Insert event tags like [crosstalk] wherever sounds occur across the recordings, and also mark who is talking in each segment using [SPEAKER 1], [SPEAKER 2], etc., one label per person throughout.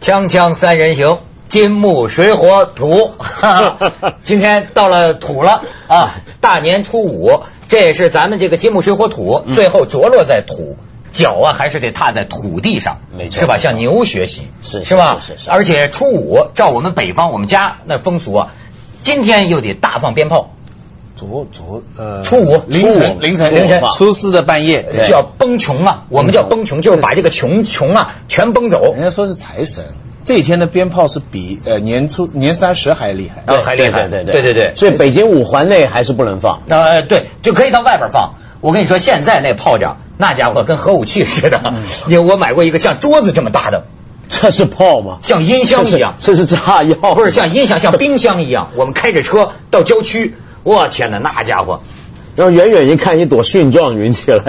[SPEAKER 1] 锵锵三人行，金木水火
[SPEAKER 2] [laughs]
[SPEAKER 1] 土，今天到了土了
[SPEAKER 2] [laughs]
[SPEAKER 1] 啊！大年初五，这也是咱们这个金木水火土
[SPEAKER 2] 嗯
[SPEAKER 1] 最后着落在土。脚啊，还是得踏在土地上，
[SPEAKER 2] 没错
[SPEAKER 1] 是吧？向牛学习，
[SPEAKER 2] 是
[SPEAKER 1] 是吧？
[SPEAKER 2] 是是是
[SPEAKER 1] 而且初五，照我们北方我们家那风俗啊，今天又得大放鞭炮，
[SPEAKER 3] 昨昨呃，
[SPEAKER 1] 初五
[SPEAKER 3] 凌
[SPEAKER 1] 初五
[SPEAKER 3] 晨凌晨
[SPEAKER 1] 凌晨
[SPEAKER 3] 初四的半夜，对
[SPEAKER 1] 叫崩穷啊，我们叫
[SPEAKER 2] 嗯
[SPEAKER 1] 崩穷，就是把这个穷穷啊全崩走
[SPEAKER 3] 人。家说是财神，这一天的鞭炮是比呃年初年三十还厉害。
[SPEAKER 1] 啊还厉害
[SPEAKER 2] 对
[SPEAKER 1] 对
[SPEAKER 2] 对
[SPEAKER 1] 对对
[SPEAKER 2] 所以北京五环内还是不能放。
[SPEAKER 1] 呃，对，就可以到外边放。我跟你说，现在那炮仗，那家伙跟核武器似的。
[SPEAKER 2] 嗯
[SPEAKER 1] 因为我买过一个像桌子这么大的，
[SPEAKER 2] 这是炮吗？
[SPEAKER 1] 像音箱一样，
[SPEAKER 2] 这是炸药，
[SPEAKER 1] 不是像音响，像冰箱一样。我们开着车到郊区，我天哪，那家伙，
[SPEAKER 2] 然后远远一看，一朵蕈状云起
[SPEAKER 3] [laughs]
[SPEAKER 2] 来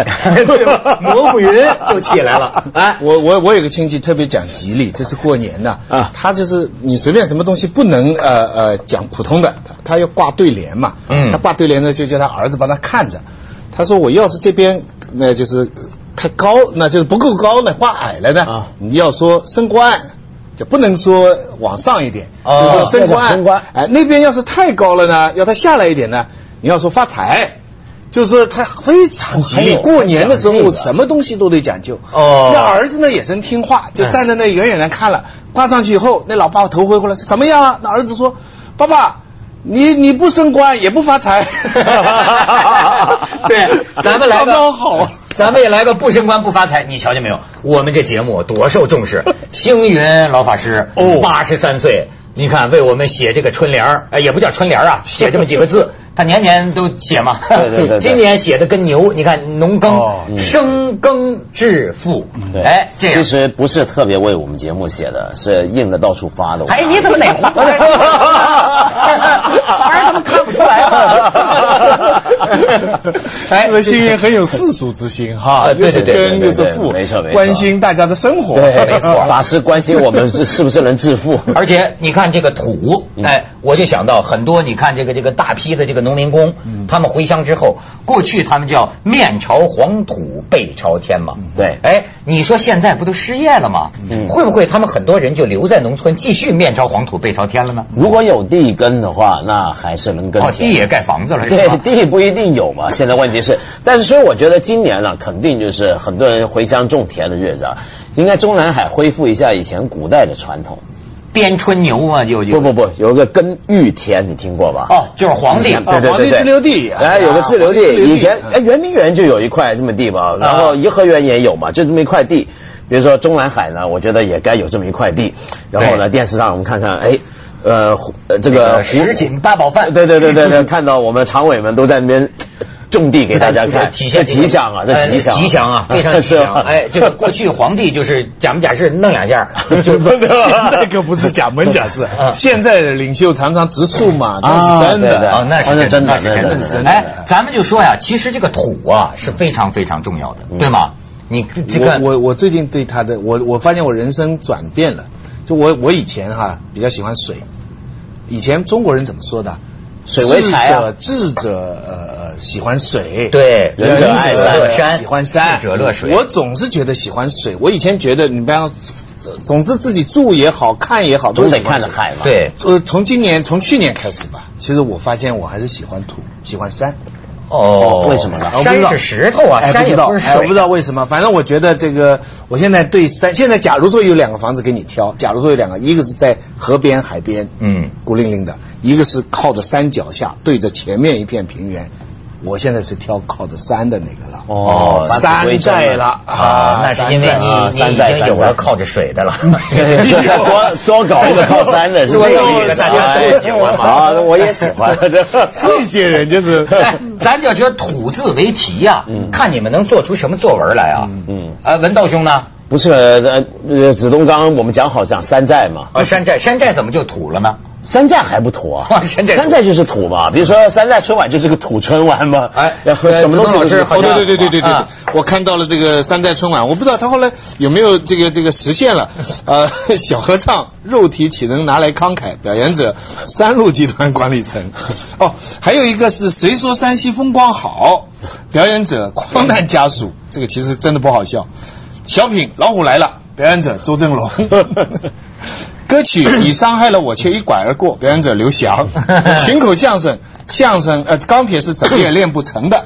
[SPEAKER 1] 对，蘑菇云就起来
[SPEAKER 2] [laughs]
[SPEAKER 1] 了。哎，
[SPEAKER 3] 我我我有个亲戚特别讲吉利，这是过年的
[SPEAKER 2] 啊
[SPEAKER 3] 啊，他就是你随便什么东西不能呃呃讲普通的，他他要挂对联嘛，
[SPEAKER 1] 嗯
[SPEAKER 3] 他挂对联呢就叫他儿子帮他看着，他说我要是这边那就是太高，那就是不够高呢，挂矮了呢，
[SPEAKER 2] 啊
[SPEAKER 3] 你要说升官。就不能说往上一点，
[SPEAKER 1] 哦
[SPEAKER 3] 就是说升
[SPEAKER 2] 要
[SPEAKER 3] 官，
[SPEAKER 2] 升官
[SPEAKER 3] 哎，那边要是太高了呢，要他下来一点呢，你要说发财，就是说他非常吉
[SPEAKER 2] 还
[SPEAKER 3] 利。
[SPEAKER 2] 有
[SPEAKER 3] 过年的时
[SPEAKER 2] 讲这
[SPEAKER 3] 候
[SPEAKER 2] 个
[SPEAKER 3] 什么东西都得讲究，
[SPEAKER 1] 哦”
[SPEAKER 3] 那儿子呢也真听话，就站在那远远的看了。挂上去以后，那老爸头回过来，怎么样啊？那儿子说：“爸爸，你你不升官也不发财。对，
[SPEAKER 1] 咱们来
[SPEAKER 3] 刚
[SPEAKER 1] 个
[SPEAKER 3] 刚好。
[SPEAKER 1] 咱们也来个不升官不发财。你瞧见没有？我们这节目多受重
[SPEAKER 2] [laughs]
[SPEAKER 1] 视。星云老法师，
[SPEAKER 2] 哦
[SPEAKER 1] 八十三岁，你看为我们写这个春联儿，哎，也不叫春联儿
[SPEAKER 2] [laughs]
[SPEAKER 1] 啊，写这么几个字，他年年都写嘛。
[SPEAKER 2] 对对对对
[SPEAKER 1] [laughs] 今年写的跟牛，你看农耕、
[SPEAKER 3] 哦
[SPEAKER 2] 嗯
[SPEAKER 1] 生耕致富，
[SPEAKER 2] 对
[SPEAKER 1] 哎，这
[SPEAKER 2] 其
[SPEAKER 1] 样。
[SPEAKER 2] 实不是特别为我们节目写的，是印了到处发的。
[SPEAKER 1] 哎，你怎么哪
[SPEAKER 2] [laughs]
[SPEAKER 1] 胡来 [laughs] 的？当然他们看不出来啊
[SPEAKER 2] [laughs]
[SPEAKER 1] 哎了。
[SPEAKER 3] 因为幸运很有世俗之心哈，
[SPEAKER 1] 啊对
[SPEAKER 3] 又
[SPEAKER 1] 对
[SPEAKER 3] 是
[SPEAKER 1] 对对
[SPEAKER 3] 根又是
[SPEAKER 2] 呃对
[SPEAKER 3] 富，
[SPEAKER 2] 没错没错
[SPEAKER 3] 关心大家的生活，
[SPEAKER 2] 对， [laughs] 没错，法师关心我们是是不是能致富。
[SPEAKER 1] [laughs] 而且你看这个土，
[SPEAKER 2] 嗯
[SPEAKER 1] 哎，我就想到很多，你看这个这个大批的这个农民工，
[SPEAKER 2] 嗯
[SPEAKER 1] 他们回乡之后，过去他们叫面朝黄土背朝天嘛，
[SPEAKER 2] 对
[SPEAKER 1] 哎，你说现在不都失业了吗？
[SPEAKER 2] 嗯
[SPEAKER 1] 会不会他们很多人就留在农村，继续面朝黄土背朝天了呢？
[SPEAKER 2] 如果有地耕的话，那还是能耕
[SPEAKER 1] 哦，
[SPEAKER 2] 田。
[SPEAKER 1] 地也盖房子了，是
[SPEAKER 2] 对，
[SPEAKER 1] 吧？
[SPEAKER 2] 地不一定有嘛。现在问题是，但是所以我觉得今年呢、肯定就是很多人回乡种田的日子啊，应该中南海恢复一下以前古代的传统。
[SPEAKER 1] 编春牛啊，有有
[SPEAKER 2] 不不不，有一个耕玉田，你听过吧？
[SPEAKER 1] 哦，就是皇帝
[SPEAKER 2] 对对对
[SPEAKER 3] 皇帝
[SPEAKER 2] 对
[SPEAKER 3] 自留地
[SPEAKER 2] 哎，有个自留
[SPEAKER 3] 啊皇帝自留
[SPEAKER 2] 地，
[SPEAKER 3] 地
[SPEAKER 2] 以前哎圆明园就有一块这么地
[SPEAKER 1] 啊
[SPEAKER 2] 嘛，然后颐和园也有嘛，就这么一块地。比如说中南海呢，我觉得也该有这么一块地。然后呢，电视上我们看看，哎，呃，胡呃这个胡
[SPEAKER 1] 什锦八宝饭，
[SPEAKER 2] 对对对对对， [laughs] 看到我们常委们都在那边种地给大
[SPEAKER 1] [laughs]
[SPEAKER 2] 家看，
[SPEAKER 1] 体现
[SPEAKER 2] 这吉祥啊，这
[SPEAKER 1] 呃
[SPEAKER 2] 吉祥，
[SPEAKER 1] 吉祥
[SPEAKER 2] [laughs]
[SPEAKER 1] 啊，非常吉
[SPEAKER 2] 是
[SPEAKER 1] 祥。
[SPEAKER 2] 吧
[SPEAKER 1] 哎，这个过去皇帝就是假模假式弄两
[SPEAKER 2] [laughs]
[SPEAKER 1] 下，就
[SPEAKER 3] 不 [laughs] 现在可不是假门假式
[SPEAKER 1] 嗯，
[SPEAKER 3] 现在的领袖常常直述嘛，
[SPEAKER 2] 啊
[SPEAKER 3] 那是真
[SPEAKER 2] 对对
[SPEAKER 1] [laughs]
[SPEAKER 3] 的。
[SPEAKER 1] 哦，那
[SPEAKER 2] 哦
[SPEAKER 1] 是
[SPEAKER 2] 那
[SPEAKER 1] 真的，
[SPEAKER 2] 真的
[SPEAKER 1] 那是真
[SPEAKER 2] 那
[SPEAKER 1] 的，
[SPEAKER 2] 是
[SPEAKER 3] 真的
[SPEAKER 1] 哎，咱们就说呀，其实这个土啊是非常非常重要的，
[SPEAKER 2] 嗯
[SPEAKER 1] 对吗？你这
[SPEAKER 3] 我
[SPEAKER 1] 个
[SPEAKER 3] 我我最近对他的我我发现我人生转变了，就我我以前哈比较喜欢水，以前中国人怎么说的？
[SPEAKER 2] 水为财啊
[SPEAKER 3] 智者智者呃呃喜欢水，呃
[SPEAKER 1] 对
[SPEAKER 2] 仁者爱山
[SPEAKER 1] 乐山
[SPEAKER 3] 喜欢山，
[SPEAKER 1] 智者乐水
[SPEAKER 3] 我总是觉得喜欢水，我以前觉得你不要，总之自己住也好看也好，都
[SPEAKER 2] 总得
[SPEAKER 3] 喜欢
[SPEAKER 2] 看着
[SPEAKER 3] 水
[SPEAKER 2] 海嘛。，
[SPEAKER 1] 对
[SPEAKER 3] 呃，从今年从去年开始吧，其实我发现我还是喜欢土，喜欢山。
[SPEAKER 1] 哦，
[SPEAKER 2] 为什么呢
[SPEAKER 3] 我不知
[SPEAKER 1] 山
[SPEAKER 3] 道
[SPEAKER 1] 是石头啊，
[SPEAKER 3] 哎
[SPEAKER 1] 山也
[SPEAKER 3] 不
[SPEAKER 1] 不是
[SPEAKER 3] 知道哎我不知
[SPEAKER 1] 水。
[SPEAKER 3] 道为什么，反正我觉得这个，我现在对山，现在假如说有两个房子给你挑，假如说有两个，一个是在河边海边，
[SPEAKER 1] 嗯，
[SPEAKER 3] 孤零零的，一个是靠着山脚下，对着前面一片平原。我现在是挑靠着山的那个了，
[SPEAKER 2] 哦返璞
[SPEAKER 3] 山
[SPEAKER 2] 归真了
[SPEAKER 3] 寨了
[SPEAKER 1] 啊，那是因为
[SPEAKER 3] 山寨
[SPEAKER 1] 你
[SPEAKER 3] 了
[SPEAKER 2] 啊
[SPEAKER 1] 你已
[SPEAKER 2] 山寨
[SPEAKER 1] 经有
[SPEAKER 2] 山
[SPEAKER 1] 了
[SPEAKER 2] 寨
[SPEAKER 1] 靠着水的了，
[SPEAKER 2] [laughs]
[SPEAKER 1] [laughs]
[SPEAKER 2] 多多搞一个靠山的，是这个意思
[SPEAKER 1] 大
[SPEAKER 2] 啊。
[SPEAKER 1] 家都喜欢嘛
[SPEAKER 2] 啊，我也喜欢。
[SPEAKER 3] 这些人就是
[SPEAKER 1] 哎， [laughs] 咱就说土字为题呀、
[SPEAKER 2] 嗯
[SPEAKER 1] 看你们能做出什么作文来啊？
[SPEAKER 2] 嗯，
[SPEAKER 1] 啊，文道兄呢？
[SPEAKER 2] 不是呃呃，子东刚我们讲好讲山寨嘛，
[SPEAKER 1] 啊，山寨山寨怎么就土了呢？？
[SPEAKER 2] 山寨还不土啊
[SPEAKER 1] 山寨土
[SPEAKER 2] 山寨就是土嘛，比如说山寨春晚就是个土春晚嘛，
[SPEAKER 1] 哎
[SPEAKER 2] 然后什么东西都是
[SPEAKER 1] 好像
[SPEAKER 3] 对对对对对对
[SPEAKER 1] 啊，
[SPEAKER 3] 我看到了这个三代春晚，我不知道他后来有没有这个这个实现了。呃， [laughs] 小合唱肉体岂能拿来慷慨？表演者三鹿集团管理层。哦，还有一个是谁说山西风光好？
[SPEAKER 1] [laughs]
[SPEAKER 3] 表演者匡南家属，这个其实真的不好笑。小品《老虎来了》，表演者周正
[SPEAKER 1] [laughs]
[SPEAKER 3] 龙。歌曲《你伤害了我却一拐而过》，表演者刘翔。
[SPEAKER 1] [laughs]
[SPEAKER 3] 群口相声，相声呃钢铁是怎么也练不成的，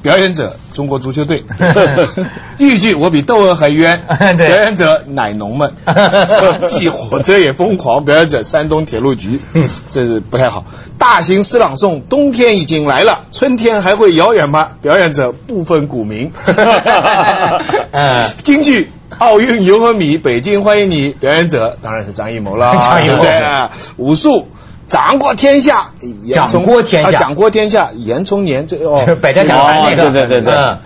[SPEAKER 3] 表演者中国足球队。豫剧我比窦娥还冤，
[SPEAKER 1] 对
[SPEAKER 3] 表演者奶农们。放弃火车也疯狂，表演者山东铁路局。
[SPEAKER 1] [laughs]
[SPEAKER 3] 这是不太好。大型诗朗诵，冬天已经来了，春天还会遥远吗？表演者部分股
[SPEAKER 1] [laughs]
[SPEAKER 3] 民。哎
[SPEAKER 1] 嗯
[SPEAKER 3] 京剧《奥运油和米》，北京欢迎你，表演者当然是张艺谋
[SPEAKER 1] [laughs]
[SPEAKER 3] 了，
[SPEAKER 1] 张艺谋
[SPEAKER 3] 对不对武术。掌过天下，严
[SPEAKER 1] 掌
[SPEAKER 3] 从
[SPEAKER 1] 过天下
[SPEAKER 3] 啊掌过天下，严从年这
[SPEAKER 1] [laughs]，
[SPEAKER 3] 哦
[SPEAKER 1] 百家讲坛那个，
[SPEAKER 2] 哦对对对对
[SPEAKER 1] 嗯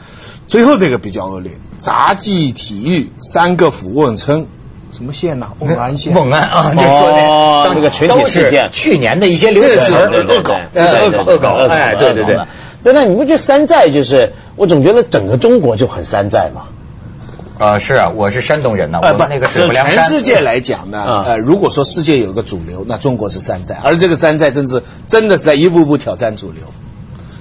[SPEAKER 3] 最后这个比较恶劣，杂技、体育三个俯卧撑，什么线呐、瓮安线，
[SPEAKER 1] 猛安啊，这说
[SPEAKER 2] 哦
[SPEAKER 1] 的
[SPEAKER 2] 那个群体事件
[SPEAKER 1] 都是去年的一些流行
[SPEAKER 3] 这是
[SPEAKER 1] 词儿，
[SPEAKER 3] 对对
[SPEAKER 1] 恶搞，
[SPEAKER 3] 对
[SPEAKER 1] 这是恶搞，恶搞，哎，对对对，。
[SPEAKER 2] 但那你不觉得山寨就是？我总觉得整个中国就很山寨嘛。
[SPEAKER 1] 啊，是啊，我是山东人呐，
[SPEAKER 3] 呃，
[SPEAKER 1] 我
[SPEAKER 3] 不
[SPEAKER 1] 们，那个水泊梁
[SPEAKER 3] 全
[SPEAKER 1] 山，
[SPEAKER 3] 世界来讲呢，
[SPEAKER 2] 嗯
[SPEAKER 3] 呃，如果说世界有个主流，那中国是山寨，而这个山寨真是真的是在一步步挑战主流。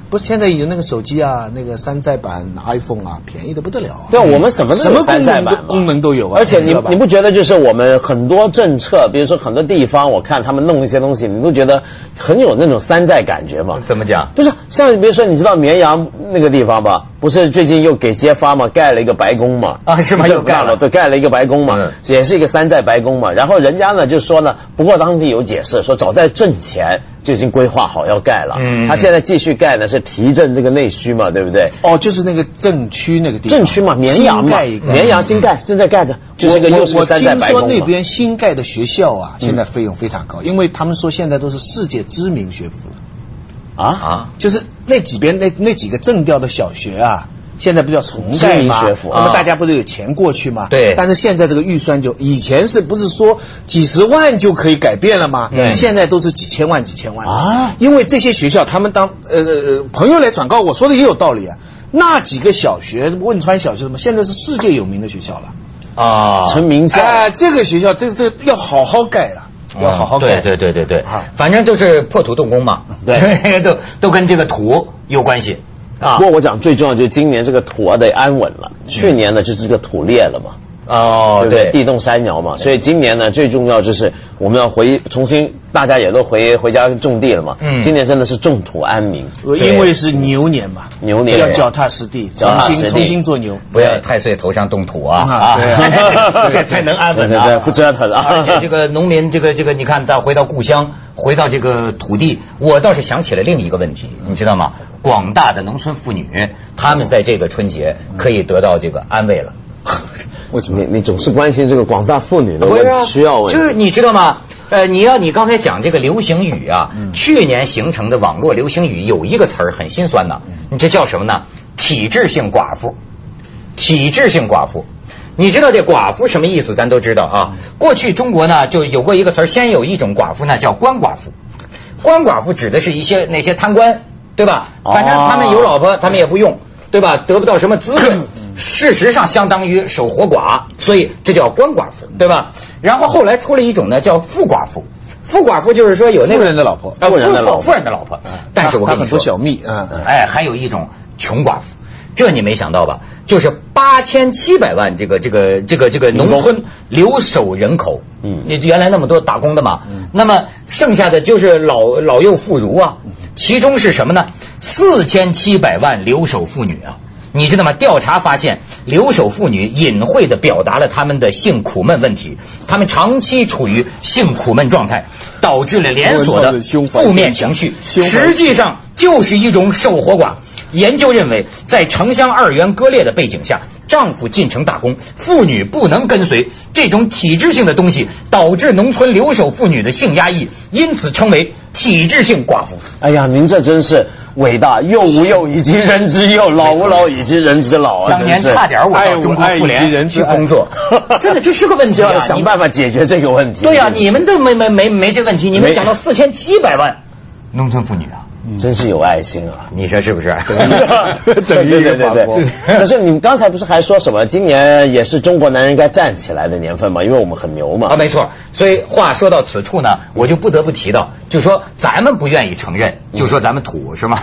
[SPEAKER 3] 不是现在有那个手机啊，那个山寨版 iPhone 啊，便宜的不得了、啊。
[SPEAKER 2] 对啊，我们什么都
[SPEAKER 3] 什么
[SPEAKER 2] 有
[SPEAKER 3] 功
[SPEAKER 2] 山寨
[SPEAKER 3] 能
[SPEAKER 2] 版
[SPEAKER 3] 都
[SPEAKER 2] 嘛
[SPEAKER 3] 功能都有啊，
[SPEAKER 2] 而且
[SPEAKER 3] 知
[SPEAKER 2] 你
[SPEAKER 3] 道吧
[SPEAKER 2] 你不觉得就是我们很多政策，比如说很多地方，我看他们弄一些东西，你都觉得很有那种山寨感觉嘛？
[SPEAKER 1] 怎么讲？
[SPEAKER 2] 不是，啊像比如说你知道绵阳那个地方吧？不是最近又给揭发嘛，盖了一个白宫嘛？
[SPEAKER 1] 啊是吗
[SPEAKER 2] 政
[SPEAKER 1] 又盖了
[SPEAKER 2] 府大楼对，盖了一个白宫嘛，
[SPEAKER 1] 嗯
[SPEAKER 2] 也是一个山寨白宫嘛。然后人家呢就说呢，不过当地有解释说，早在挣前就已经规划好要盖了，
[SPEAKER 1] 嗯
[SPEAKER 2] 他现在继续盖呢是提振这个内需嘛，对不对？
[SPEAKER 3] 哦，就是那个镇区那个地方，
[SPEAKER 2] 镇区嘛，绵阳
[SPEAKER 3] 新
[SPEAKER 2] 嘛
[SPEAKER 3] 盖一，个
[SPEAKER 2] 绵阳新盖正在盖的，就是个
[SPEAKER 3] 我
[SPEAKER 2] 又是
[SPEAKER 3] 我
[SPEAKER 2] 个山寨白
[SPEAKER 3] 我听
[SPEAKER 2] 宫
[SPEAKER 3] 说
[SPEAKER 2] 嘛嗯
[SPEAKER 3] 那。边新盖的学校啊，现在费用非常高，因为他们说现在都是世界知名学府了。
[SPEAKER 2] 啊，
[SPEAKER 1] 啊，
[SPEAKER 3] 就是那几边那那几个正调的小学啊，现在不叫重盖
[SPEAKER 2] 知名
[SPEAKER 3] 吗？
[SPEAKER 2] 学府
[SPEAKER 3] 那么
[SPEAKER 1] 啊
[SPEAKER 3] 大家不是有钱过去吗？
[SPEAKER 1] 对
[SPEAKER 3] 但是现在这个预算就以前是不是说几十万就可以改变了吗？
[SPEAKER 1] 对
[SPEAKER 3] 现在都是几千万几千万
[SPEAKER 2] 啊
[SPEAKER 3] 因为这些学校他们当呃呃朋友来转告我说的也有道理啊。那几个小学，汶川小学什么，现在是世界有名的学校了。
[SPEAKER 1] 啊，
[SPEAKER 2] 成名校。
[SPEAKER 3] 哎、这个学校，这个这个要好好盖了，要好好
[SPEAKER 1] 嗯
[SPEAKER 3] 盖。
[SPEAKER 1] 对对对对对
[SPEAKER 3] 啊，
[SPEAKER 1] 反正就是破土动工嘛，
[SPEAKER 2] 对，
[SPEAKER 1] [laughs] 都都跟这个土有关系啊
[SPEAKER 2] 不。过我想最重要就是今年这个土啊得安稳了，去年呢就是这个土裂了嘛，
[SPEAKER 1] 哦，
[SPEAKER 2] 对不对？地动山摇嘛，所以今年呢最重要就是我们要回重新，大家也都回回家种地了嘛。
[SPEAKER 1] 嗯
[SPEAKER 2] 今年真的是种土安民，
[SPEAKER 3] 因为是牛年嘛，
[SPEAKER 2] 牛年
[SPEAKER 3] 要脚踏实地，
[SPEAKER 2] 脚
[SPEAKER 3] 重
[SPEAKER 2] 踏实
[SPEAKER 3] 新
[SPEAKER 2] 地
[SPEAKER 3] 重新做牛。
[SPEAKER 1] 不要太岁头上动土啊
[SPEAKER 3] 啊
[SPEAKER 1] 啊
[SPEAKER 3] 对
[SPEAKER 2] 啊，
[SPEAKER 1] [laughs] 这才能安稳
[SPEAKER 2] 对对对
[SPEAKER 1] 啊，
[SPEAKER 2] 不折腾啊
[SPEAKER 1] 而且这个农民，这个这个，你看，再回到故乡，回到这个土地，我倒是想起了另一个问题，你知道吗？广大的农村妇女，她们在这个春节可以得到这个安慰了。
[SPEAKER 2] [laughs] 为什么？你你总是关心这个广大妇女的
[SPEAKER 1] 不
[SPEAKER 2] 问
[SPEAKER 1] 是
[SPEAKER 2] 题
[SPEAKER 1] 啊，
[SPEAKER 2] 需要问题，
[SPEAKER 1] 就是你知道吗？呃，你要你刚才讲这个流行语啊，
[SPEAKER 2] 嗯
[SPEAKER 1] 去年形成的网络流行语有一个词儿很心酸呐，
[SPEAKER 2] 嗯
[SPEAKER 1] 你这叫什么呢？体制性寡妇，体制性寡妇。你知道这寡妇什么意思？咱都知道
[SPEAKER 2] 嗯
[SPEAKER 1] 啊。过去中国呢就有过一个词儿，先有一种寡妇呢叫官寡妇，官寡妇指的是一些那些贪官，对吧？
[SPEAKER 2] 哦
[SPEAKER 1] 反正他们有老婆，他们也不用，对吧？得不到什么滋润，
[SPEAKER 3] 嗯
[SPEAKER 1] 事实上相当于守活寡，所以这叫官寡妇，对吧？然后后来出了一种呢，叫富寡妇。富寡妇就是说有那个
[SPEAKER 3] 富人的老婆
[SPEAKER 1] 啊
[SPEAKER 2] 富人的老婆
[SPEAKER 1] 富人的老婆。但是我跟
[SPEAKER 3] 他他
[SPEAKER 1] 你
[SPEAKER 3] 很多
[SPEAKER 1] 说，
[SPEAKER 3] 小蜜，嗯，嗯
[SPEAKER 1] 哎，还有一种穷寡妇，这你没想到吧？就是八千七百万这个这个这个这个农村留守人口，
[SPEAKER 2] 嗯
[SPEAKER 1] 你原来那么多打工的嘛，那么剩下的就是老老幼妇孺啊，其中是什么呢？四千七百万留守妇女啊。你知道吗？调查发现，留守妇女隐晦地表达了她们的性苦闷问题，她们长期处于性苦闷状态，导致了连锁的负面情绪，实际上就是一种守活寡。研究认为，在城乡二元割裂的背景下，丈夫进城打工，妇女不能跟随，这种体制性的东西导致农村留守妇女的性压抑，因此称为体制性寡妇。
[SPEAKER 2] 哎呀，您这真是伟大，幼吾幼以及人之幼，老吾老以及人之老啊！
[SPEAKER 1] 当年
[SPEAKER 2] 真是
[SPEAKER 1] 差点我
[SPEAKER 3] 爱
[SPEAKER 1] 到
[SPEAKER 3] 我
[SPEAKER 1] 中国
[SPEAKER 3] 爱
[SPEAKER 1] 妇
[SPEAKER 3] 以及
[SPEAKER 1] 联
[SPEAKER 3] 人之
[SPEAKER 1] 去
[SPEAKER 3] 爱
[SPEAKER 1] 工作，真的这是个问题
[SPEAKER 2] 就
[SPEAKER 1] 啊！
[SPEAKER 2] [laughs] 要
[SPEAKER 1] 你
[SPEAKER 2] 想办法解决这个问题。
[SPEAKER 1] 啊对呀、你们都没没没没这问题，你们
[SPEAKER 2] 没
[SPEAKER 1] 想到四千七百万农村妇女啊，
[SPEAKER 2] 真是有爱
[SPEAKER 1] [laughs]
[SPEAKER 2] 心啊！
[SPEAKER 1] 你说是不是？
[SPEAKER 3] 等于一个
[SPEAKER 2] 对对
[SPEAKER 3] 法
[SPEAKER 2] 对
[SPEAKER 3] 国
[SPEAKER 2] 对。可是你们刚才不是还说什么？今年也是中国男人该站起来的年份嘛，因为我们很牛嘛。
[SPEAKER 1] 啊，没错。所以话说到此处呢，我就不得不提到，就说咱们不愿意承认，就说咱们土是
[SPEAKER 2] [laughs]
[SPEAKER 1] 吗？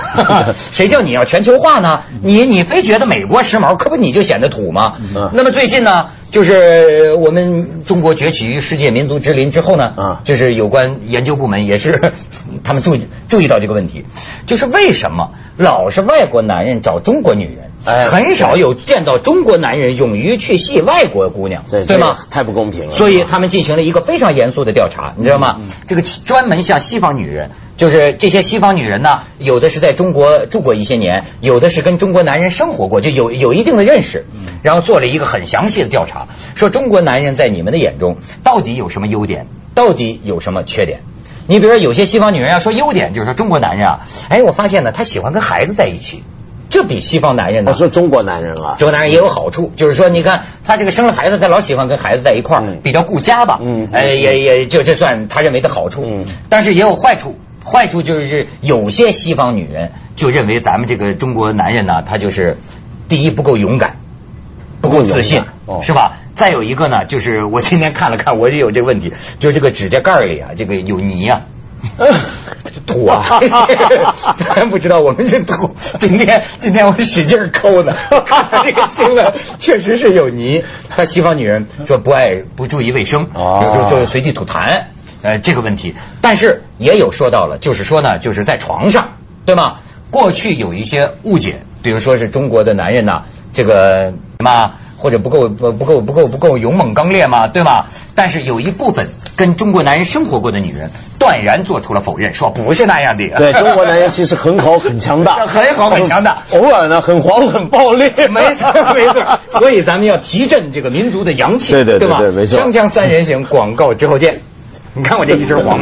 [SPEAKER 1] 谁叫你要全球化呢？你你非觉得美国时髦，可不你就显得土吗？
[SPEAKER 2] 嗯
[SPEAKER 1] 那么最近呢，就是我们中国崛起于世界民族之林之后呢，
[SPEAKER 2] 啊
[SPEAKER 1] 就是有关研究部门也是 [laughs] 他们注意注意到这个问题，就是为什么老是外国男人找中国女人，
[SPEAKER 2] 哎
[SPEAKER 1] 很少有见到中国男人勇于去戏外国姑娘，
[SPEAKER 2] 这
[SPEAKER 1] 对
[SPEAKER 2] 这
[SPEAKER 1] 吗？
[SPEAKER 2] 个太不公平了。
[SPEAKER 1] 所以他们进行了一个非常严肃的调查，你知道吗？这个专门向西方女人，就是这些西方女人呢，有的是在中国住过一些年，有的是跟中国男人生活过，就有有一定的认识，然后做了一个很详细的调查，说中国男人在你们的眼中到底有什么优点，到底有什么缺点。你比如说，有些西方女人要啊说优点，就是说中国男人啊，哎，我发现呢，他喜欢跟孩子在一起，这比西方男人呢
[SPEAKER 2] 我，说中国男人啊，
[SPEAKER 1] 这个当然也有好处，就是说，你看他这个生了孩子，他老喜欢跟孩子在一块儿，
[SPEAKER 2] 嗯
[SPEAKER 1] 比较顾家吧，
[SPEAKER 2] 嗯
[SPEAKER 1] 哎，也也就这算他认为的好处，
[SPEAKER 2] 嗯
[SPEAKER 1] 但是也有坏处。坏处就是有些西方女人就认为咱们这个中国男人呢，他就是第一不够勇敢，不够自信，
[SPEAKER 2] 不够勇敢哦
[SPEAKER 1] 是吧？再有一个呢，就是我今天看了看，我也有这个问题，就是这个指甲盖儿里啊，这个有泥
[SPEAKER 2] [laughs]
[SPEAKER 1] 啊。土啊！ [laughs] 咱不知道我们是土。今天今天我使劲儿抠呢， [laughs] 看看这个新
[SPEAKER 2] [laughs]
[SPEAKER 1] 闻确实是有泥。但西方女人说不爱不注意卫生，
[SPEAKER 2] 哦
[SPEAKER 1] 就就就随地吐痰，呃，这个问题。但是也有说到了，就是说呢，就是在床上，对吗？过去有一些误解，比如说是中国的男人呐、这个嘛，或者不够不不够不够不够勇猛刚烈嘛，对吧？但是有一部分跟中国男人生活过的女人断然做出了否认，说不是那样的。 [laughs]
[SPEAKER 2] 对中国男人其实很好很强大，
[SPEAKER 1] 很好很强大。
[SPEAKER 2] 偶尔呢很黄很暴力。
[SPEAKER 1] [laughs] 没错没错，所以咱们要提振这个民族的阳气，
[SPEAKER 2] 对对对
[SPEAKER 1] 吧？
[SPEAKER 2] 对没错
[SPEAKER 1] 锵锵三人行，广告之后见。你看我这一身黄。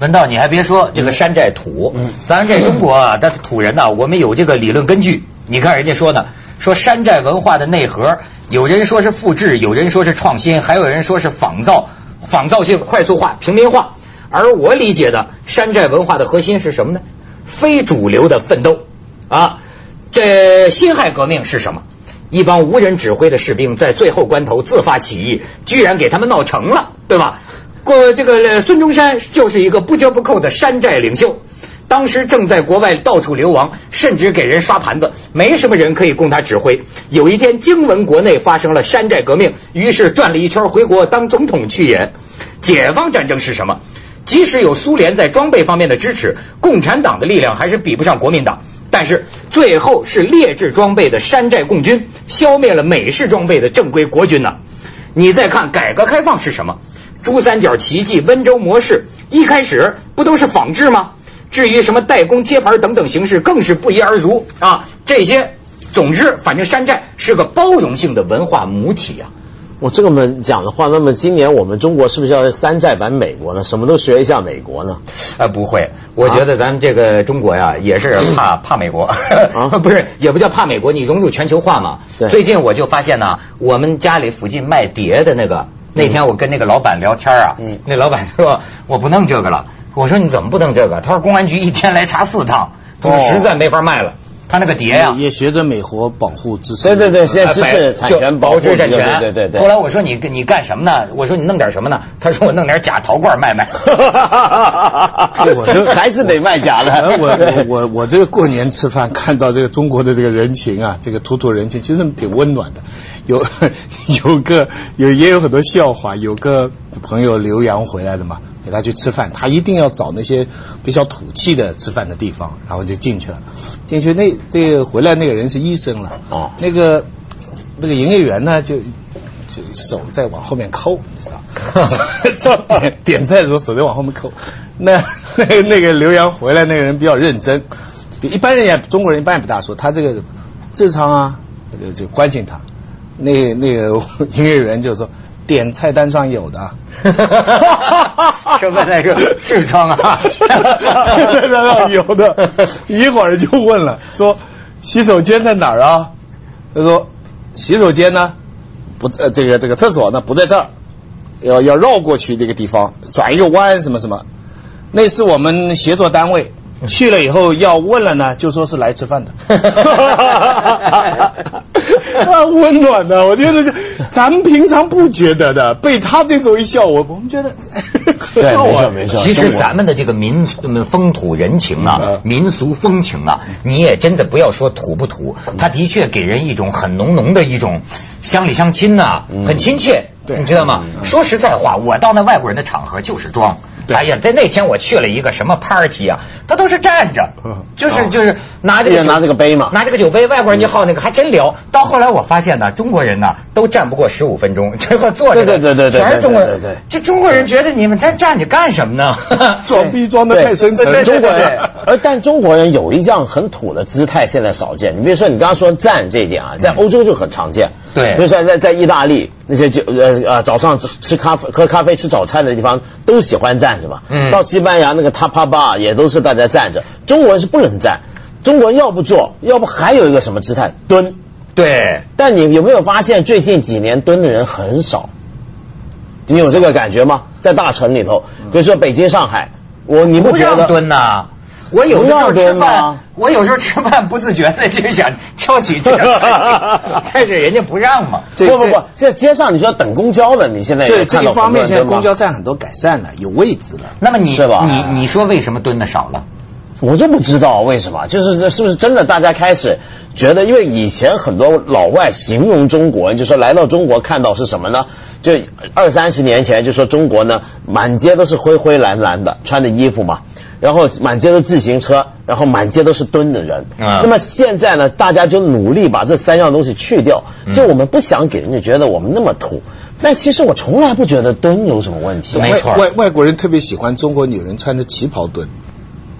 [SPEAKER 1] 文道，你还别说，这个山寨土，
[SPEAKER 2] 嗯
[SPEAKER 1] 咱这中国啊，但土人呐、我们有这个理论根据。你看人家说呢，说山寨文化的内核，有人说是复制，有人说是创新，还有人说是仿造，仿造性快速化、平民化。而我理解的山寨文化的核心是什么呢？非主流的奋斗啊！这辛亥革命是什么？一帮无人指挥的士兵在最后关头自发起义，居然给他们闹成了，对吧？过这个呃孙中山就是一个不折不扣的山寨领袖，当时正在国外到处流亡，甚至给人刷盘子，没什么人可以供他指挥。有一天，惊闻国内发生了山寨革命，于是转了一圈回国当总统去演。解放战争是什么？即使有苏联在装备方面的支持，共产党的力量还是比不上国民党。但是最后是劣质装备的山寨共军消灭了美式装备的正规国军呐。你再看改革开放是什么？珠三角奇迹、温州模式，一开始不都是仿制吗？至于什么代工、贴牌等等形式，更是不一而足啊！这些，总之，反正山寨是个包容性的文化母体啊。
[SPEAKER 2] [laughs] 我这么讲的话，那么今年我们中国是不是要山寨版美国呢？什么都学一下美国呢？
[SPEAKER 1] 啊，不会，我觉得咱们这个中国
[SPEAKER 2] 啊
[SPEAKER 1] 呀，也是
[SPEAKER 2] 嗯
[SPEAKER 1] 怕怕美国， [laughs] 不是也不叫怕美国，你融入全球化嘛。
[SPEAKER 2] 对
[SPEAKER 1] 最近我就发现呢，我们家里附近卖碟的那个，那天我跟那个老板聊天啊，
[SPEAKER 2] 嗯
[SPEAKER 1] 那老板说我不弄这个了，我说你怎么不弄这个？他说公安局一天来查四趟，他说
[SPEAKER 2] 哦
[SPEAKER 1] 实在没法卖了，他那个碟哎呀、
[SPEAKER 3] 也学着美国保护自身。
[SPEAKER 2] 对对对，现在知
[SPEAKER 1] 哎
[SPEAKER 2] 识
[SPEAKER 1] 百
[SPEAKER 2] 产权
[SPEAKER 1] 就
[SPEAKER 2] 保护
[SPEAKER 1] 知识产
[SPEAKER 2] 这个
[SPEAKER 1] 权，
[SPEAKER 2] 对对对对。
[SPEAKER 1] 后来我说你你干什么呢？我说你弄点什么呢？他说我弄点假陶罐卖卖。
[SPEAKER 2] [laughs]
[SPEAKER 1] 哎
[SPEAKER 2] 我就 [laughs] 还是得卖假
[SPEAKER 3] 哎
[SPEAKER 2] 的。 [laughs]
[SPEAKER 3] 我我我我这个过年吃饭看到这个中国的这个人情啊，这个土土人情其实挺温暖的。有 [laughs] 有个有也有很多笑话，有个朋友留洋回来的嘛，给他去吃饭，他一定要找那些比较土气的吃饭的地方，然后就进去了。进去那这个回来那个人是医生了，
[SPEAKER 2] 哦
[SPEAKER 3] 那个那个营业员呢就就手在往后面抠，你知道。点点菜的时候手在往后面扣。那 [laughs] 那个那个刘洋回来那个人比较认真，比一般人也中国人一般也不大说，他这个智商啊，就就关心他。那那个营业员就说：“点菜单上有的。
[SPEAKER 1] 这问的是痔疮
[SPEAKER 3] [laughs]
[SPEAKER 1] 啊
[SPEAKER 3] 菜单上有的，一会儿就问了，说洗手间在哪儿啊？他说洗手间呢不在、呃这个这个厕所呢不在这儿，要要绕过去这个地方，转一个弯什么什么。那是我们协作单位
[SPEAKER 2] 嗯
[SPEAKER 3] 去了以后要问了呢，就说是来吃饭
[SPEAKER 2] [laughs]
[SPEAKER 3] 的。啊，温暖的，我觉得是咱们平常不觉得的，被他这种一笑，我我们觉得很
[SPEAKER 2] 对，
[SPEAKER 3] 好
[SPEAKER 2] 没
[SPEAKER 3] 玩
[SPEAKER 2] 错没错。
[SPEAKER 1] 其实
[SPEAKER 2] 中国
[SPEAKER 1] 咱们的这个民嗯风土人情啊
[SPEAKER 3] 嗯，
[SPEAKER 1] 民俗风情啊，你也真的不要说土不土，它的确给人一种很浓浓的一种乡里乡亲呐、
[SPEAKER 2] 嗯
[SPEAKER 1] 很亲切，
[SPEAKER 3] 对
[SPEAKER 1] 你知道吗？说实在话，我到那外国人的场合就是装。
[SPEAKER 3] 对
[SPEAKER 1] 哎呀，在那天我去了一个什么 party 啊，他都是站着
[SPEAKER 3] 嗯，
[SPEAKER 1] 就是就是拿这个
[SPEAKER 2] 人
[SPEAKER 1] 酒
[SPEAKER 2] 哦哎拿这个杯嘛嗯
[SPEAKER 1] 拿这个酒杯，外国人就好那个，还真聊。到后来我发现呢，中国人呢都站不过十五分钟， [laughs] 结果坐着的
[SPEAKER 2] 对对对对对
[SPEAKER 1] 全是中国人
[SPEAKER 2] 对对对对，
[SPEAKER 1] 这中国人觉得你们在站着干什么呢？
[SPEAKER 3] 装逼装的太深沉
[SPEAKER 1] 对对对
[SPEAKER 3] 了，中国
[SPEAKER 2] 呃中国
[SPEAKER 1] 对对对
[SPEAKER 2] 人
[SPEAKER 3] 人。
[SPEAKER 2] 而但中国人有一样很土的姿态，现在少见。你比如说，你刚刚说站这一点啊，在欧洲就很常见。
[SPEAKER 1] 对
[SPEAKER 2] 比如说在在意大利那些就呃呃早上吃吃咖啡喝咖啡吃早餐的地方都喜欢站着嘛。
[SPEAKER 1] 嗯
[SPEAKER 2] 到西班牙那个 tapa bar 也都是大家站着，中国人是不能站。中国人要不坐，要不还有一个什么姿态蹲。
[SPEAKER 1] 对，
[SPEAKER 2] 但你有没有发现最近几年蹲的人很少？你有这个感觉吗？在大城里头，比如说北京、上海，我你不
[SPEAKER 1] 不
[SPEAKER 2] 觉
[SPEAKER 1] 让
[SPEAKER 2] 得？
[SPEAKER 1] 蹲呐、我有的时候吃
[SPEAKER 2] 不让蹲
[SPEAKER 1] 饭
[SPEAKER 2] 吗，
[SPEAKER 1] 我有时候吃饭不自觉的就想翘起这个
[SPEAKER 2] [laughs]
[SPEAKER 1] 翘起，但是人家不让嘛。
[SPEAKER 3] 这
[SPEAKER 2] 不不
[SPEAKER 3] 这
[SPEAKER 2] 不，现在街上你说等公交的，你现在
[SPEAKER 3] 这
[SPEAKER 2] 也
[SPEAKER 3] 这
[SPEAKER 2] 看
[SPEAKER 3] 一
[SPEAKER 2] 到
[SPEAKER 3] 方面，
[SPEAKER 2] 很
[SPEAKER 3] 现在
[SPEAKER 2] 多人
[SPEAKER 3] 公
[SPEAKER 2] 蹲
[SPEAKER 3] 交站很多改善了，有位置了。
[SPEAKER 1] 那么你
[SPEAKER 2] 是吧
[SPEAKER 1] 你你说为什么蹲的少了？
[SPEAKER 2] 嘛，我就不知道为什么，就是这是不是真的？大家开始觉得，因为以前很多老外形容中国人，就说来到中国看到是什么呢？就二三十年前就说中国呢，满街都是灰灰蓝蓝的穿的衣服嘛，然后满街都自行车，然后满街都是蹲的人。
[SPEAKER 1] 啊
[SPEAKER 2] 那么现在呢，大家就努力把这三样东西去掉，就
[SPEAKER 3] 嗯
[SPEAKER 2] 我们不想给人家觉得我们那么土，但其实我从来不觉得蹲有什么问题。
[SPEAKER 1] 没错
[SPEAKER 3] 外外外国人特别喜欢中国女人穿着旗袍蹲，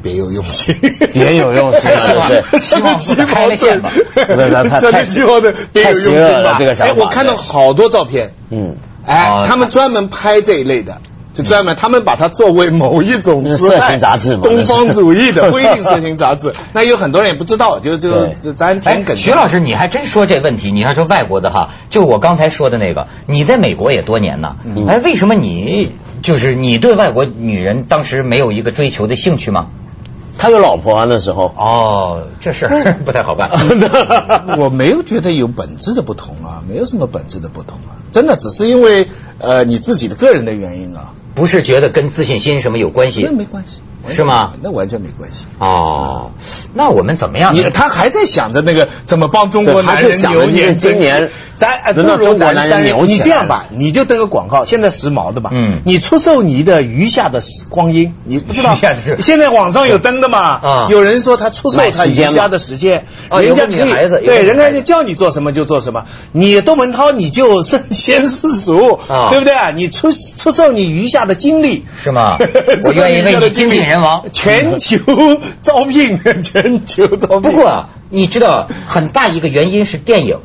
[SPEAKER 3] 别有用心， [laughs]
[SPEAKER 2] 别有用心了
[SPEAKER 1] 希望
[SPEAKER 2] 是
[SPEAKER 1] [laughs]
[SPEAKER 2] 不
[SPEAKER 1] 希望
[SPEAKER 3] 旗
[SPEAKER 1] 不开
[SPEAKER 3] 袍
[SPEAKER 1] 了线
[SPEAKER 3] 蹲
[SPEAKER 2] [laughs]
[SPEAKER 1] 吧。，
[SPEAKER 2] 对那太
[SPEAKER 3] 穿着旗袍蹲，别有用
[SPEAKER 2] 太邪
[SPEAKER 3] 心
[SPEAKER 2] 恶
[SPEAKER 3] 吧
[SPEAKER 2] 了。这个想法
[SPEAKER 3] 哎，我看到好多照片，
[SPEAKER 2] 嗯，
[SPEAKER 3] 哎
[SPEAKER 1] 哦，
[SPEAKER 3] 他们专门拍这一类的。就专门，他们把它作为某一种
[SPEAKER 2] 那是
[SPEAKER 3] 姿态
[SPEAKER 2] 色情杂志嘛
[SPEAKER 3] 东方主义
[SPEAKER 2] 那
[SPEAKER 3] 的
[SPEAKER 2] 是
[SPEAKER 3] 不一定色情杂
[SPEAKER 2] [laughs]
[SPEAKER 3] 志。那有很多人也不知道，就就
[SPEAKER 2] 对
[SPEAKER 3] 就咱挺
[SPEAKER 1] 哎
[SPEAKER 3] 梗的。，
[SPEAKER 1] 徐老师，你还真说这问题？你还说外国的哈，就我刚才说的那个，你在美国也多年呐，哎，为什么你就是你对外国女人当时没有一个追求的兴趣吗？
[SPEAKER 2] 他有老婆啊那时候。
[SPEAKER 1] 哦，这事儿 [laughs] 不太好办。
[SPEAKER 3] [laughs] 我没有觉得有本质的不同啊，没有什么本质的不同啊，真的只是因为呃你自己的个人的原因啊，
[SPEAKER 1] 不是觉得跟自信心什么有关系
[SPEAKER 3] 那没关系，完全
[SPEAKER 1] 是吗
[SPEAKER 3] 那完全没关系。
[SPEAKER 1] 哦，那我们怎么样呢？
[SPEAKER 3] 你他还在想着那个怎么帮中国男
[SPEAKER 2] 啊对他就
[SPEAKER 3] 人
[SPEAKER 2] 想着
[SPEAKER 3] 扭
[SPEAKER 2] 就是
[SPEAKER 3] 捻
[SPEAKER 2] 今
[SPEAKER 3] 真
[SPEAKER 2] 年
[SPEAKER 3] 是咱哎不
[SPEAKER 2] 轮到
[SPEAKER 3] 如
[SPEAKER 2] 中国
[SPEAKER 3] 咱
[SPEAKER 2] 男人
[SPEAKER 3] 三
[SPEAKER 2] 扭起
[SPEAKER 3] 你
[SPEAKER 2] 来
[SPEAKER 3] 这样吧，你就登个广告，现在时髦的嘛，
[SPEAKER 1] 嗯
[SPEAKER 3] 你出售你的余下的光阴，你不知道
[SPEAKER 1] 余下的是
[SPEAKER 3] 现在网上有登的嘛，
[SPEAKER 1] 啊
[SPEAKER 3] 有人说他出售
[SPEAKER 2] 买
[SPEAKER 3] 他
[SPEAKER 2] 时
[SPEAKER 3] 余
[SPEAKER 2] 间嘛
[SPEAKER 3] 下的时间，
[SPEAKER 1] 啊
[SPEAKER 3] 人
[SPEAKER 1] 有
[SPEAKER 3] 家
[SPEAKER 1] 个
[SPEAKER 3] 可
[SPEAKER 1] 女
[SPEAKER 3] 以
[SPEAKER 1] 孩子有个
[SPEAKER 3] 对，
[SPEAKER 1] 女
[SPEAKER 3] 人家
[SPEAKER 1] 孩
[SPEAKER 3] 就叫你做什么就做什么，你窦文涛你就身先士卒
[SPEAKER 1] 啊，
[SPEAKER 3] 对不对？你出出售你余下的精力
[SPEAKER 1] 是 [laughs] 吗啊
[SPEAKER 3] [laughs]
[SPEAKER 1] 我愿意为你精尽人亡
[SPEAKER 3] 全球 [laughs] 招聘，全球招聘。
[SPEAKER 1] 不过啊你知道，很大一个原因是电影。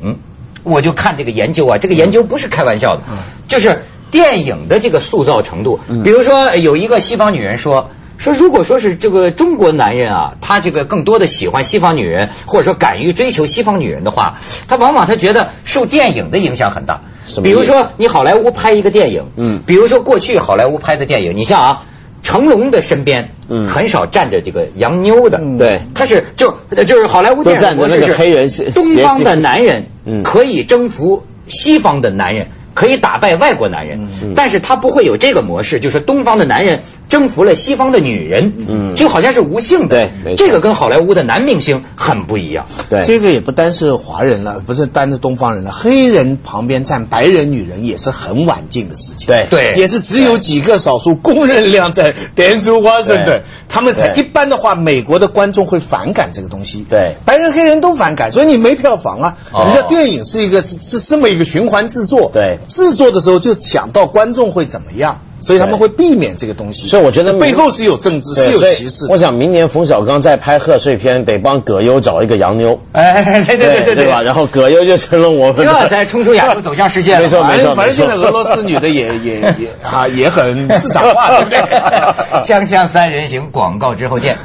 [SPEAKER 1] 我就看这个研究啊，这个研究不是开玩笑
[SPEAKER 2] 嗯
[SPEAKER 1] 的，就是电影的这个塑造程度。比如说，呃有一个西方女人说。说，如果说是这个中国男人啊，他这个更多的喜欢西方女人，或者说敢于追求西方女人的话，他往往他觉得受电影的影响很大
[SPEAKER 2] 什。么
[SPEAKER 1] 比
[SPEAKER 2] 意思
[SPEAKER 1] 如说，你好莱坞拍一个电影，
[SPEAKER 2] 嗯
[SPEAKER 1] 比如说过去好莱坞拍的电影，你像啊，成龙的身边，
[SPEAKER 2] 嗯
[SPEAKER 1] 很少站着这个洋妞的，
[SPEAKER 3] 嗯
[SPEAKER 2] 对
[SPEAKER 1] 他是就就是好莱坞电影模式
[SPEAKER 2] 都站着那个
[SPEAKER 1] 是
[SPEAKER 2] 黑人斜
[SPEAKER 1] 东方的男人
[SPEAKER 2] 嗯
[SPEAKER 1] 可以征服西方的男人。可以打败外国男
[SPEAKER 2] 嗯
[SPEAKER 1] 人，嗯但是他不会有这个模式，就是东方的男人征服了西方的女人，
[SPEAKER 2] 嗯
[SPEAKER 1] 就好像是无性的
[SPEAKER 2] 对，没错
[SPEAKER 1] 这个跟好莱坞的男明星很不一样。
[SPEAKER 2] 对，
[SPEAKER 3] 这个也不单是华人了，不是单是东方人了，黑人旁边站白人女人也是很晚近的事情。
[SPEAKER 2] 对
[SPEAKER 1] 对
[SPEAKER 3] 也是只有几个少数公认量在连苏华盛
[SPEAKER 2] 对
[SPEAKER 3] 顿，他们才
[SPEAKER 2] 对
[SPEAKER 3] 一般的话，美国的观众会反感这个东西。
[SPEAKER 2] 对
[SPEAKER 3] 白人黑人都反感，所以你没票房啊。
[SPEAKER 1] 哦
[SPEAKER 3] 人家电影是一个是是这么一个循环制作，
[SPEAKER 2] 对
[SPEAKER 3] 制作的时候就想到观众会怎么样。所以他们会避免这个东西。
[SPEAKER 2] 所以我觉得
[SPEAKER 3] 背后是有政治，
[SPEAKER 2] 对
[SPEAKER 3] 是有
[SPEAKER 2] 所以
[SPEAKER 3] 歧视的。
[SPEAKER 2] 我想明年冯小刚再拍贺岁片，得帮葛优找一个洋妞，
[SPEAKER 1] 哎，对对对对
[SPEAKER 2] 对吧？然后葛优就成了我们的
[SPEAKER 1] 这才冲出亚洲走向世界了嘛。
[SPEAKER 2] 没
[SPEAKER 3] 反正
[SPEAKER 2] 错
[SPEAKER 3] 反正
[SPEAKER 2] 没
[SPEAKER 3] 现
[SPEAKER 2] 错
[SPEAKER 3] 在俄罗斯女的也也也啊也很市场化，对不对？
[SPEAKER 1] [laughs]
[SPEAKER 2] [laughs]
[SPEAKER 1] 锵锵三人行，广告之后见。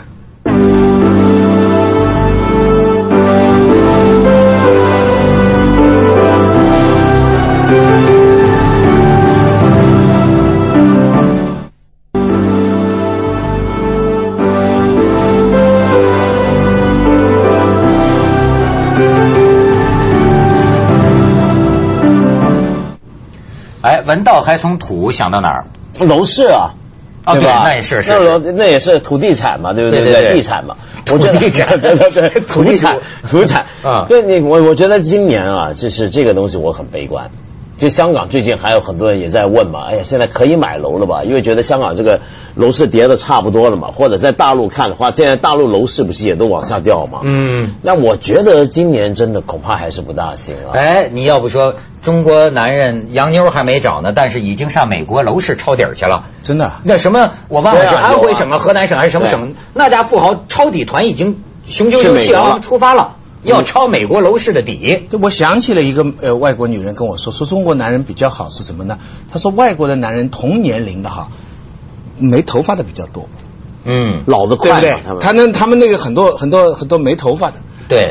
[SPEAKER 1] 哎，文道还从土想到哪儿？
[SPEAKER 2] [laughs] 楼市啊。
[SPEAKER 1] 哦对
[SPEAKER 2] 吧？
[SPEAKER 1] 那也是是
[SPEAKER 2] 那楼那也是土地产嘛，对不对？
[SPEAKER 1] 对对对
[SPEAKER 2] 地产嘛，
[SPEAKER 1] [laughs] 土地产
[SPEAKER 2] 我觉得 [laughs] 对对
[SPEAKER 1] [laughs]
[SPEAKER 2] 对，
[SPEAKER 1] 土
[SPEAKER 2] 土
[SPEAKER 1] 地
[SPEAKER 2] 产
[SPEAKER 1] 土
[SPEAKER 2] [laughs] 土产
[SPEAKER 1] [laughs] 啊
[SPEAKER 2] 对你我我觉得今年啊，就是这个东西我很悲观。就香港最近还有很多人也在问嘛，哎呀，现在可以买楼了吧？因为觉得香港这个楼市跌的差不多了嘛，或者在大陆看的话，现在大陆楼市不是也都往下掉嘛？
[SPEAKER 1] 嗯，
[SPEAKER 2] 那我觉得今年真的恐怕还是不大行啊。
[SPEAKER 1] 哎，你要不说中国男人洋妞还没找呢，但是已经上美国楼市抄底儿去了。
[SPEAKER 3] 真的啊
[SPEAKER 1] 那什么，我忘了
[SPEAKER 2] 对啊
[SPEAKER 1] 是安
[SPEAKER 2] 有
[SPEAKER 1] 徽
[SPEAKER 2] 啊
[SPEAKER 1] 省啊、河南省还是什么省，那家富豪抄底团已经雄赳
[SPEAKER 2] 去
[SPEAKER 1] 赳
[SPEAKER 2] 美
[SPEAKER 1] 气
[SPEAKER 2] 国
[SPEAKER 1] 昂昂
[SPEAKER 2] 了嗯
[SPEAKER 1] 出发了，要抄美国楼市的底。
[SPEAKER 3] 就我想起了一个呃外国女人跟我说，说中国男人比较好是什么呢？她说外国的男人同年龄的哈，没头发的比较多，
[SPEAKER 1] 嗯，
[SPEAKER 2] 老得
[SPEAKER 3] 对
[SPEAKER 2] 快
[SPEAKER 3] 不
[SPEAKER 2] 嘛，
[SPEAKER 3] 对
[SPEAKER 2] 他？们
[SPEAKER 3] 他们他们那个很多很多很多没头发的。呃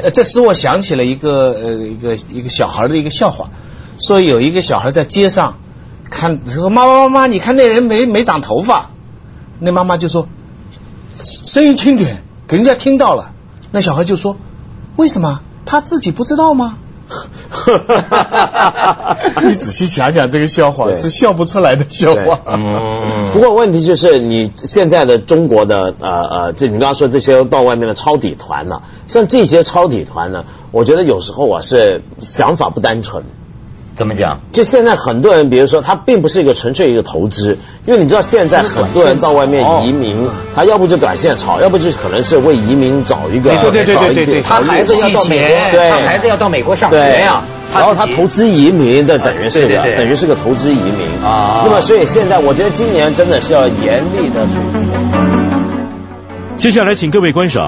[SPEAKER 1] 对，
[SPEAKER 3] 这使我想起了一个呃一个一个小孩的一个笑话，说有一个小孩在街上看说妈妈妈妈，你看那人没没长头发，那妈妈就说声音轻点，给人家听到了。那小孩就说为什么他自己不知道吗？
[SPEAKER 2] [laughs]
[SPEAKER 1] [laughs]
[SPEAKER 3] 你仔细想想这个笑话
[SPEAKER 2] 对
[SPEAKER 3] 是笑不出来的笑话。
[SPEAKER 2] 对
[SPEAKER 1] 嗯
[SPEAKER 2] 不过问题就是，你现在的中国的呃呃，这你刚刚说这些到外面的抄底团呢、像这些抄底团呢，我觉得有时候啊是想法不单纯。
[SPEAKER 1] 怎么讲？
[SPEAKER 2] 就现在很多人，比如说他并不是一个纯粹一个投资，因为你知道现在很多人到外面移
[SPEAKER 1] 嗯
[SPEAKER 2] 民，他要不就短线炒，要不就可能是为移民找一个
[SPEAKER 3] 没错对对
[SPEAKER 2] 找一
[SPEAKER 3] 对对
[SPEAKER 2] 个
[SPEAKER 3] 对
[SPEAKER 1] 他
[SPEAKER 2] 找一个
[SPEAKER 1] 孩子要到美国，
[SPEAKER 3] 洗钱
[SPEAKER 2] 对
[SPEAKER 1] 他孩子要到美国上学啊
[SPEAKER 2] 对
[SPEAKER 1] 呀、
[SPEAKER 2] 然后他
[SPEAKER 1] 自己
[SPEAKER 2] 投资移民的等于是
[SPEAKER 1] 对
[SPEAKER 2] 个、
[SPEAKER 1] 啊对对
[SPEAKER 2] 等于是个投资移民
[SPEAKER 1] 啊
[SPEAKER 2] 那么所以现在我觉得今年真的是要严厉的。
[SPEAKER 4] 接下来，请各位观赏